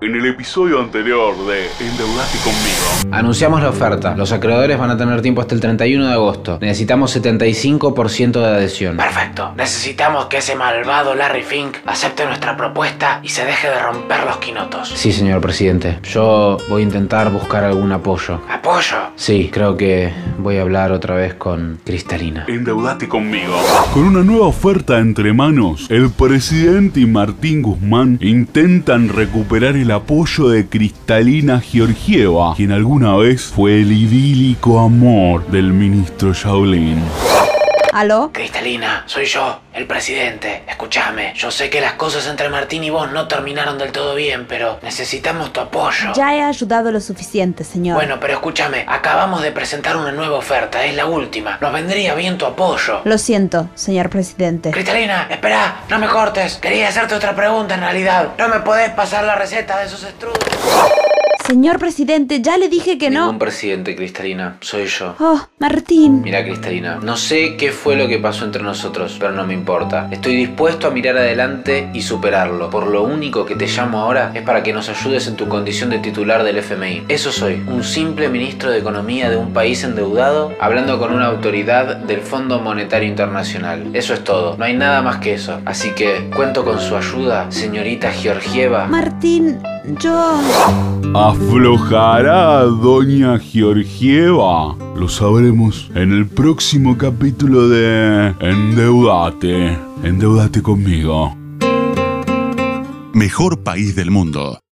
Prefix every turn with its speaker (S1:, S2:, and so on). S1: En el episodio anterior de Endeudate conmigo.
S2: Anunciamos la oferta. Los acreedores van a tener tiempo hasta el 31 de agosto. Necesitamos 75% de adhesión.
S3: Perfecto. Necesitamos que ese malvado Larry Fink acepte nuestra propuesta y se deje de romper los quinotos.
S2: Sí, señor presidente. Yo voy a intentar buscar algún apoyo.
S3: Apoyo.
S2: Sí, creo que voy a hablar otra vez con Cristalina.
S1: Endeudate conmigo.
S4: Con una nueva oferta entre manos, el presidente y Martín Guzmán intentan recuperar el apoyo de Cristalina Georgieva, quien alguna vez fue el idílico amor del ministro Shaolin.
S5: ¿Aló?
S3: Cristalina, soy yo, el presidente. Escúchame, yo sé que las cosas entre Martín y vos no terminaron del todo bien, pero necesitamos tu apoyo.
S5: Ya he ayudado lo suficiente, señor.
S3: Bueno, pero escúchame, acabamos de presentar una nueva oferta, es la última. Nos vendría bien tu apoyo.
S5: Lo siento, señor presidente.
S3: Cristalina, espera, no me cortes. Quería hacerte otra pregunta en realidad. No me podés pasar la receta de esos strudels.
S5: Señor presidente, ya le dije que
S2: Ningún
S5: no.
S2: presidente, Cristalina. Soy yo.
S5: Oh, Martín.
S2: Mira, Cristalina, no sé qué fue lo que pasó entre nosotros, pero no me importa. Estoy dispuesto a mirar adelante y superarlo. Por lo único que te llamo ahora es para que nos ayudes en tu condición de titular del FMI. Eso soy, un simple ministro de Economía de un país endeudado hablando con una autoridad del Fondo Monetario Internacional. Eso es todo, no hay nada más que eso. Así que cuento con su ayuda, señorita Georgieva.
S5: Martín, yo.
S4: ¿Aflojará Doña Georgieva? Lo sabremos en el próximo capítulo de Endeudate. Endeudate conmigo.
S6: Mejor país del mundo.